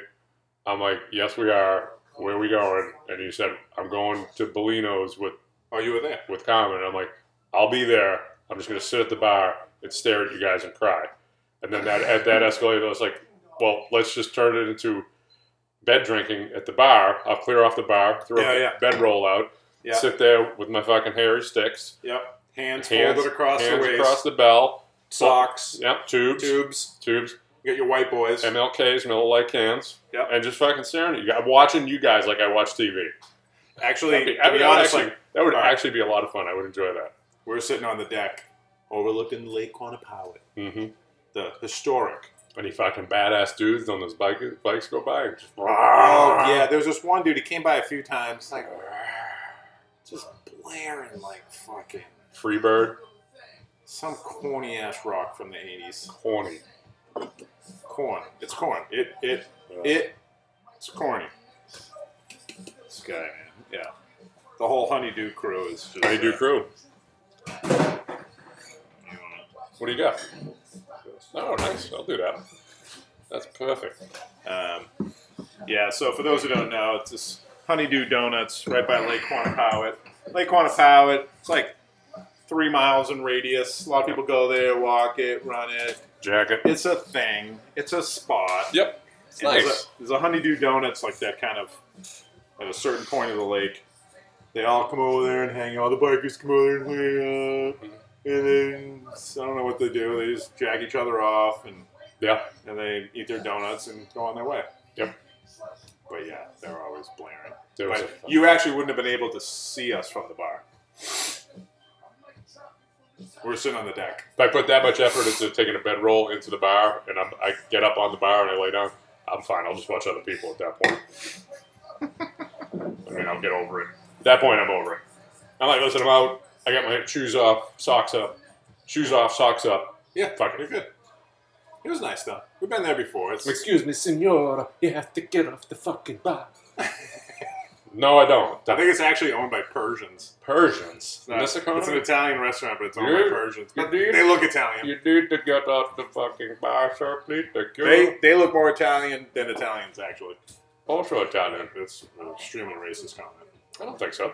[SPEAKER 4] I'm like, yes, we are. Where are we going? And you said I'm going to Bellino's with
[SPEAKER 3] Oh, you were there.
[SPEAKER 4] with Carmen. And I'm like, I'll be there. I'm just gonna sit at the bar and stare at you guys and cry. And then that at that escalated. I was like, well, let's just turn it into bed drinking at the bar. I'll clear off the bar, throw
[SPEAKER 3] Yeah,
[SPEAKER 4] a
[SPEAKER 3] yeah.
[SPEAKER 4] bed roll out,
[SPEAKER 3] Yeah.
[SPEAKER 4] sit there with my fucking hairy sticks.
[SPEAKER 3] Yep. Hands,
[SPEAKER 4] Hands-
[SPEAKER 3] folded across
[SPEAKER 4] hands
[SPEAKER 3] the waist.
[SPEAKER 4] across the bell.
[SPEAKER 3] socks.
[SPEAKER 4] Yep, tubes,
[SPEAKER 3] Tubes.
[SPEAKER 4] tubes,
[SPEAKER 3] You got your white boys.
[SPEAKER 4] MLKs, Miller Lite cans,
[SPEAKER 3] Yep.
[SPEAKER 4] and just fucking staring at you. I'm watching you guys like I watch TV.
[SPEAKER 3] Actually,
[SPEAKER 4] That'd be-
[SPEAKER 3] to
[SPEAKER 4] I mean,
[SPEAKER 3] be
[SPEAKER 4] that would
[SPEAKER 3] honest,
[SPEAKER 4] actually,
[SPEAKER 3] like,
[SPEAKER 4] that would
[SPEAKER 3] all right.
[SPEAKER 4] actually be a lot of fun. I would enjoy that.
[SPEAKER 3] we were sitting on the deck overlooking Lake Quantapowhat,
[SPEAKER 4] Mm-hmm.
[SPEAKER 3] the historic
[SPEAKER 4] Any fucking badass dudes on those bike, bikes go by and just
[SPEAKER 3] Oh yeah, there was this one dude. He came by a few times, like just blaring like fucking
[SPEAKER 4] Freebird,
[SPEAKER 3] some corny ass rock from the '80s.
[SPEAKER 4] horny.
[SPEAKER 3] Corn. It's corn. It it it. It's corny. This guy, man. Yeah. The whole Honeydew crew is just.
[SPEAKER 4] How you do,
[SPEAKER 3] uh,
[SPEAKER 4] crew?
[SPEAKER 3] you know,
[SPEAKER 4] What do you got? Oh, nice. I'll do that. That's perfect.
[SPEAKER 3] Um, yeah, so for those who don't know, it's this Honeydew Donuts right by Lake Quantapowhat. Lake Quantapowhat, it's like three miles in radius. A lot of people go there, walk it, run it.
[SPEAKER 4] Jacket.
[SPEAKER 3] It's a thing. It's a spot.
[SPEAKER 4] Yep. It's
[SPEAKER 3] And
[SPEAKER 4] nice.
[SPEAKER 3] There's a, there's a Honeydew Donuts like that kind of at a certain point of the lake. They all come over there and hang out. The bikers come over there and
[SPEAKER 4] Mm-hmm.
[SPEAKER 3] hang out. And then I don't know what they do. They just jack each other off and
[SPEAKER 4] yeah.
[SPEAKER 3] and they eat their donuts and go on their way.
[SPEAKER 4] Yep.
[SPEAKER 3] But yeah, they're always blaring.
[SPEAKER 4] There was
[SPEAKER 3] But
[SPEAKER 4] a-
[SPEAKER 3] you actually wouldn't have been able to see us from the bar. We're sitting on the deck.
[SPEAKER 4] if I put that much effort into taking a bedroll into the bar and I'm, I get up on the bar and I lay down, I'm fine. I'll just watch other people at that point. I mean, I'll get over it. At that point, I'm over it. I'm like, listen, I'm out. I got my shoes off, socks up. Shoes off, socks up.
[SPEAKER 3] Yeah,
[SPEAKER 4] Fuck
[SPEAKER 3] you're
[SPEAKER 4] it.
[SPEAKER 3] good. It was nice though. We've been there before. It's
[SPEAKER 4] Excuse me, senora. You have to get off the fucking bar. no, I don't.
[SPEAKER 3] I think it's actually owned by Persians.
[SPEAKER 4] Persians.
[SPEAKER 3] Not-
[SPEAKER 4] This economy?
[SPEAKER 3] It's an Italian restaurant, but it's owned
[SPEAKER 4] You're-
[SPEAKER 3] by Persians.
[SPEAKER 4] you're-
[SPEAKER 3] But they look Italian.
[SPEAKER 4] You need to get off the fucking bar, sir. Please. Thank you.
[SPEAKER 3] They they look more Italian than Italians actually.
[SPEAKER 4] also Italian.
[SPEAKER 3] That's an extremely racist comment.
[SPEAKER 4] I don't think so.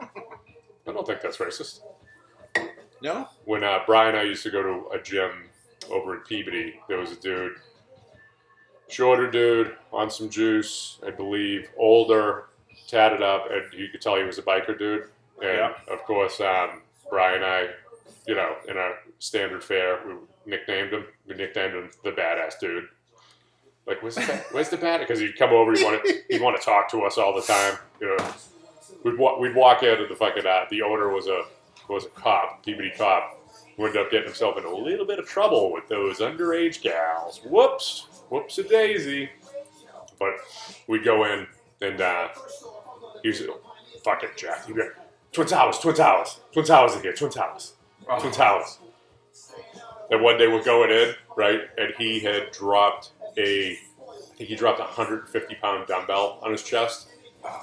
[SPEAKER 4] I don't think that's racist.
[SPEAKER 3] No,
[SPEAKER 4] When uh, Brian and I used to go to a gym over at Peabody, there was a dude, shorter dude, on some juice, I believe, older, tatted up, and you could tell he was a biker dude. And
[SPEAKER 3] Yeah.
[SPEAKER 4] of course, um, Brian and I, you know, in our standard fare, we nicknamed him. We nicknamed him the badass dude. Like, where's the bad, where's the bad? Because he'd come over, he'd want to he'd want to talk to us all the time. You know, we'd wa- we'd walk out of the fucking uh, the owner was a was a cop, Peabody cop, who ended up getting himself in a little bit of trouble with those underage gals. Whoops, whoops a daisy. But we'd go in and uh, he was fucking Jack. He'd be like, Twin Towers, Twin Towers, Twin Towers are here, Twin Towers, Twin Towers. And one day we're going in, right? And he had dropped a, I think he dropped a 150 pound dumbbell on his chest.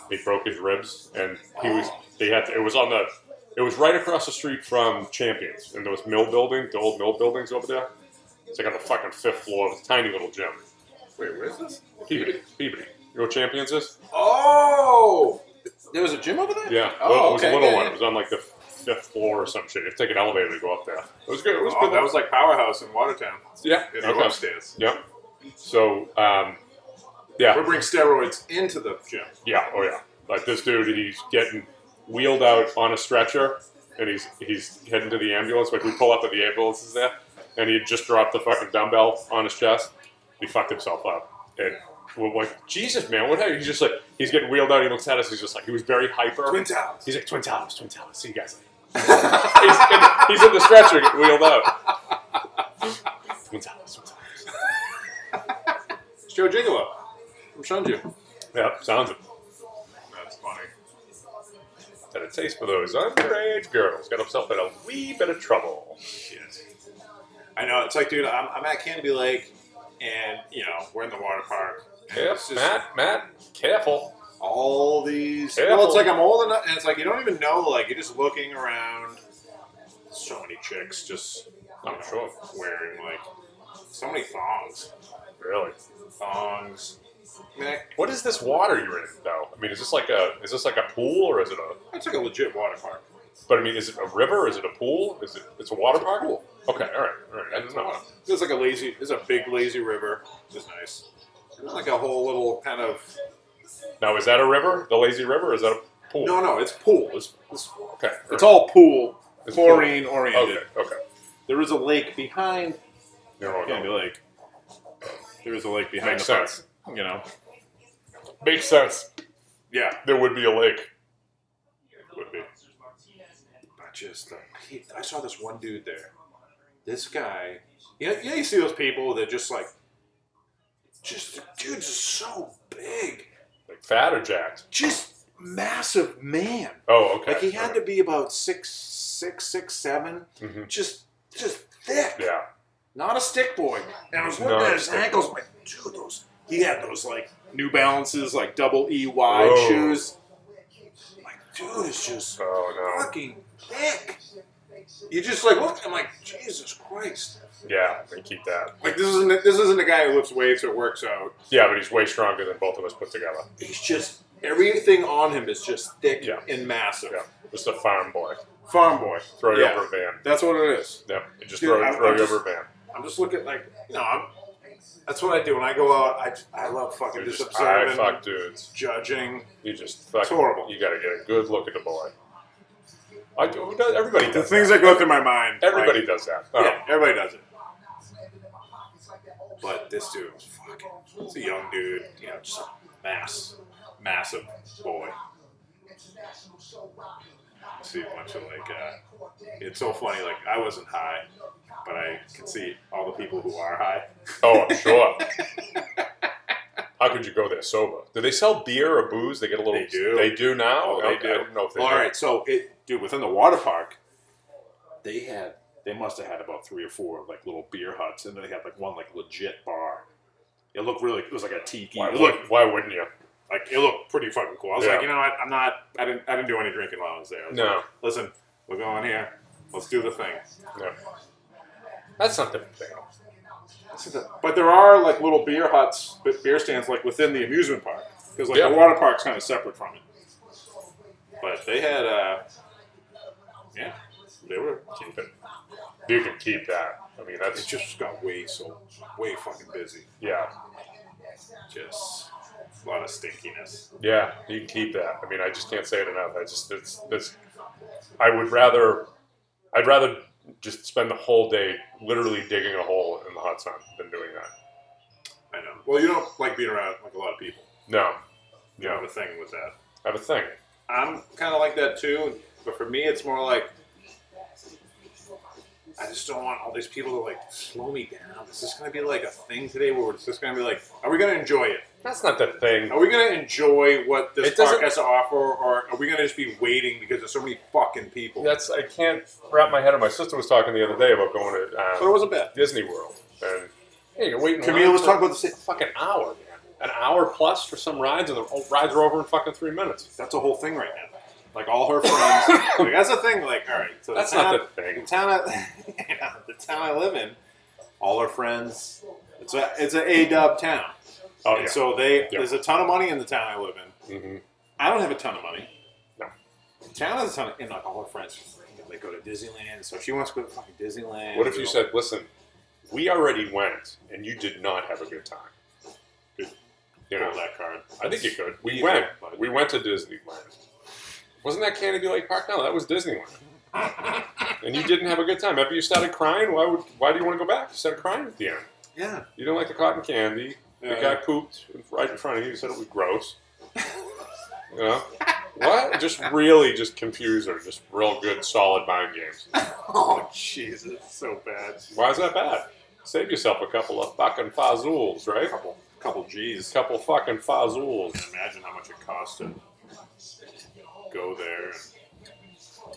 [SPEAKER 4] He broke his ribs, and he was. They had. To, it was on the. It was right across the street from Champions, and there was mill building, the old mill buildings over there. It's like on the fucking fifth floor of a tiny little gym.
[SPEAKER 3] wait, where's this?
[SPEAKER 4] Peabody, Peabody. You know what Champions is?
[SPEAKER 3] Oh, there was a gym over there.
[SPEAKER 4] Yeah.
[SPEAKER 3] Oh,
[SPEAKER 4] it was
[SPEAKER 3] okay.
[SPEAKER 4] a little
[SPEAKER 3] yeah,
[SPEAKER 4] one.
[SPEAKER 3] yeah.
[SPEAKER 4] It was on like the fifth floor or some shit. You have to take an elevator to go up there. It was good. It was
[SPEAKER 3] Oh,
[SPEAKER 4] good.
[SPEAKER 3] that was like Powerhouse in Watertown.
[SPEAKER 4] yeah.
[SPEAKER 3] They go
[SPEAKER 4] Okay.
[SPEAKER 3] upstairs.
[SPEAKER 4] Yep. So, um,
[SPEAKER 3] We
[SPEAKER 4] yeah,
[SPEAKER 3] bring steroids into the gym.
[SPEAKER 4] yeah, oh yeah. Like this dude, he's getting wheeled out on a stretcher, and he's he's heading to the ambulance. Like we pull up at the ambulance is there, and he just dropped the fucking dumbbell on his chest. He fucked himself up, and we're like, Jesus, man, what happened? He's just like, he's getting wheeled out. He looks at us. He's just like, he was very hyper.
[SPEAKER 3] Twin Towers.
[SPEAKER 4] He's like, Twin Towers, Twin Towers. See you guys later. he's, in, he's in the stretcher, getting wheeled out. Twin Towers, Twin Towers.
[SPEAKER 3] It's Joe Gigolo from Shunju.
[SPEAKER 4] Yep, sounds it.
[SPEAKER 3] That's funny.
[SPEAKER 4] Had a taste for those underage girls. Got himself in a wee bit of trouble.
[SPEAKER 3] Shit. I know. It's like, dude, I'm, I'm at Canopy Lake, and you know we're in the water park. It's
[SPEAKER 4] Yes,
[SPEAKER 3] just
[SPEAKER 4] Matt, Matt, careful.
[SPEAKER 3] all these.
[SPEAKER 4] Careful.
[SPEAKER 3] Well, it's like I'm old enough, and it's like you don't even know. Like you're just looking around. So many chicks just. you
[SPEAKER 4] I'm
[SPEAKER 3] know,
[SPEAKER 4] sure.
[SPEAKER 3] Wearing like so many thongs,
[SPEAKER 4] Really?
[SPEAKER 3] thongs. I mean, I,
[SPEAKER 4] What is this water you're in, though? I mean, is this like a is this like a pool or is it a?
[SPEAKER 3] that's like a legit water park.
[SPEAKER 4] But I mean, is it a river? Is it a pool? Is it? It's a water park. Okay, all right, all right. I didn't know.
[SPEAKER 3] There's like a lazy, there's a big lazy river, which is nice. There's like a whole little kind of
[SPEAKER 4] Now, is that a river? The lazy river? Is that a pool?
[SPEAKER 3] no, no, it's pool. It's it's,
[SPEAKER 4] Okay.
[SPEAKER 3] it's all pool,
[SPEAKER 4] It's pool. Oh.
[SPEAKER 3] chlorine
[SPEAKER 4] Okay.
[SPEAKER 3] oriented.
[SPEAKER 4] Okay.
[SPEAKER 3] There is a lake behind
[SPEAKER 4] No, no, no.
[SPEAKER 3] Candy Lake. There is a lake behind
[SPEAKER 4] Makes
[SPEAKER 3] the park,
[SPEAKER 4] sense.
[SPEAKER 3] you know.
[SPEAKER 4] Makes sense.
[SPEAKER 3] Yeah,
[SPEAKER 4] There would be a lake.
[SPEAKER 3] would be. But just like, he, I saw this one dude there. this guy, you know, yeah, you see those people that just like, just dude's so big,
[SPEAKER 4] Like fat or jacked?
[SPEAKER 3] just massive man.
[SPEAKER 4] Oh, okay.
[SPEAKER 3] Like he had to be about six, six, six, seven,
[SPEAKER 4] Mhm.
[SPEAKER 3] just, just thick.
[SPEAKER 4] Yeah.
[SPEAKER 3] Not a stick boy. And I was
[SPEAKER 4] Not
[SPEAKER 3] looking
[SPEAKER 4] a
[SPEAKER 3] at his
[SPEAKER 4] stick
[SPEAKER 3] ankles, like, dude, those. He had those like New Balances, like double E wide
[SPEAKER 4] Whoa.
[SPEAKER 3] shoes. Like, dude, it's just
[SPEAKER 4] Oh no.
[SPEAKER 3] fucking thick. You just like look. I'm like, Jesus Christ.
[SPEAKER 4] Yeah, they keep that.
[SPEAKER 3] Like this isn't this isn't a guy who lifts weights or works out.
[SPEAKER 4] Yeah, but he's way stronger than both of us put together.
[SPEAKER 3] He's just everything on him is just thick
[SPEAKER 4] Yeah.
[SPEAKER 3] and massive.
[SPEAKER 4] Yeah, just a farm boy.
[SPEAKER 3] Farm boy.
[SPEAKER 4] Throw you
[SPEAKER 3] Yeah.
[SPEAKER 4] over a van.
[SPEAKER 3] That's what it is.
[SPEAKER 4] Yep, you just
[SPEAKER 3] Dude,
[SPEAKER 4] throw,
[SPEAKER 3] I-
[SPEAKER 4] throw
[SPEAKER 3] I
[SPEAKER 4] you
[SPEAKER 3] just-
[SPEAKER 4] over a van.
[SPEAKER 3] I'm just looking like you know. I'm, that's what I do when I go out. I, just- I love fucking
[SPEAKER 4] You're
[SPEAKER 3] just,
[SPEAKER 4] just eye
[SPEAKER 3] observing,
[SPEAKER 4] fuck dudes.
[SPEAKER 3] judging.
[SPEAKER 4] You just fucking.
[SPEAKER 3] horrible.
[SPEAKER 4] You got to get a good look at the boy. I do. who does- Everybody
[SPEAKER 3] The
[SPEAKER 4] does.
[SPEAKER 3] things
[SPEAKER 4] that.
[SPEAKER 3] that go through my mind.
[SPEAKER 4] Everybody
[SPEAKER 3] like-
[SPEAKER 4] does that.
[SPEAKER 3] yeah, everybody does it. But this dude was fucking. He's a young dude. You know, just a mass, massive boy. I see a bunch of like. Uh, it's so funny. Like I wasn't high, but I can see all the people who are high.
[SPEAKER 4] Oh, I'm sure. How could you go there sober? Do they sell beer or booze? They get a little.
[SPEAKER 3] They do.
[SPEAKER 4] They do now.
[SPEAKER 3] Oh, they
[SPEAKER 4] I, I don't know if they.
[SPEAKER 3] Well,
[SPEAKER 4] do.
[SPEAKER 3] all right, so it, dude, within the water park, they had they must have had about three or four like little beer huts, and then they had like one like legit bar. It looked really, it was like a tiki.
[SPEAKER 4] Why,
[SPEAKER 3] It looked
[SPEAKER 4] would, why wouldn't you?
[SPEAKER 3] like it looked pretty fucking cool. I was
[SPEAKER 4] Yeah.
[SPEAKER 3] like, you know what? I'm not. I didn't. I didn't do any drinking while I was there. I was
[SPEAKER 4] No.
[SPEAKER 3] like, listen, we're going here. Let's do the thing.
[SPEAKER 4] No. That's not the thing.
[SPEAKER 3] But there are like little beer huts, but beer stands like within the amusement park because like
[SPEAKER 4] Yeah.
[SPEAKER 3] the water park's kind of separate from it. But they had, uh, yeah, they were.
[SPEAKER 4] Keep it. You can keep that. I mean, that's
[SPEAKER 3] It just got way so way fucking busy.
[SPEAKER 4] yeah,
[SPEAKER 3] Just a lot of stinkiness.
[SPEAKER 4] yeah. You can keep that. I mean, I just can't say it enough. I just it's that's. I would rather, I'd rather just spend the whole day literally digging a hole in the hot sun than doing that.
[SPEAKER 3] I know. Well, you don't like being around like a lot of people.
[SPEAKER 4] No,
[SPEAKER 3] You have
[SPEAKER 4] no.
[SPEAKER 3] a thing with that.
[SPEAKER 4] I have a thing.
[SPEAKER 3] I'm kind of like that too, but for me, it's more like I just don't want all these people to like slow me down. Is this going to be like a thing today where it's just going to be like, are we going to enjoy it?
[SPEAKER 4] That's not the thing.
[SPEAKER 3] Are we going to enjoy what this
[SPEAKER 4] It doesn't-
[SPEAKER 3] park has to offer, or are we going to just be waiting because there's so many fucking people?
[SPEAKER 4] That's I can't wrap my head. around. My sister was talking the other day about going to
[SPEAKER 3] So it
[SPEAKER 4] um,
[SPEAKER 3] wasn't bad.
[SPEAKER 4] Disney World, and hey, you're waiting. in
[SPEAKER 3] Camille
[SPEAKER 4] line
[SPEAKER 3] was
[SPEAKER 4] for-
[SPEAKER 3] talking about the same.
[SPEAKER 4] fucking hour, man. An hour plus for some rides, and the whole rides are over in fucking three minutes.
[SPEAKER 3] That's a whole thing right now. Like all her friends. like, that's the thing. Like, all right. So
[SPEAKER 4] That's
[SPEAKER 3] the town,
[SPEAKER 4] not the thing.
[SPEAKER 3] The town, I, yeah, the town I live in, all her friends. It's a it's an A dub town.
[SPEAKER 4] Oh,
[SPEAKER 3] and
[SPEAKER 4] yeah.
[SPEAKER 3] so they
[SPEAKER 4] Yeah.
[SPEAKER 3] there's a ton of money in the town I live in.
[SPEAKER 4] hmm
[SPEAKER 3] I don't have a ton of money.
[SPEAKER 4] No.
[SPEAKER 3] The town has a ton of, and like all her friends, they go to Disneyland. So she wants to go to fucking Disneyland.
[SPEAKER 4] What if you
[SPEAKER 3] We'll-
[SPEAKER 4] said, listen, we already went, and you did not have a good time?
[SPEAKER 3] Good.
[SPEAKER 4] You know,
[SPEAKER 3] Pull that card?
[SPEAKER 4] I think you could. We
[SPEAKER 3] Either,
[SPEAKER 4] went.
[SPEAKER 3] but-
[SPEAKER 4] We went to Disneyland. Wasn't that Canopy Lake Park? No, that was Disneyland. and you didn't have a good time. After you started crying, why would? Why do you want to go back? You started crying at the end.
[SPEAKER 3] Yeah.
[SPEAKER 4] You didn't like the cotton candy.
[SPEAKER 3] Yeah.
[SPEAKER 4] The guy pooped in- right in front of you. You said it was gross. you know? What? Just really just confuse her. Just real good, solid mind games.
[SPEAKER 3] Oh Jesus, it's so bad.
[SPEAKER 4] Why is that bad? Save yourself a couple of fucking fazools, right?
[SPEAKER 3] Couple couple G's.
[SPEAKER 4] couple fucking fazools.
[SPEAKER 3] imagine how much it cost to go there.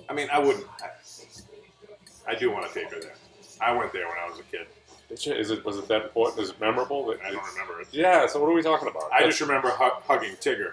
[SPEAKER 3] I mean, I wouldn't. I, I do want to take her there. I went there when I was a kid.
[SPEAKER 4] Is it- Is it was it that important? Is it memorable? That
[SPEAKER 3] I don't remember it.
[SPEAKER 4] Yeah. So what are we talking about?
[SPEAKER 3] I just remember hu- hugging Tigger.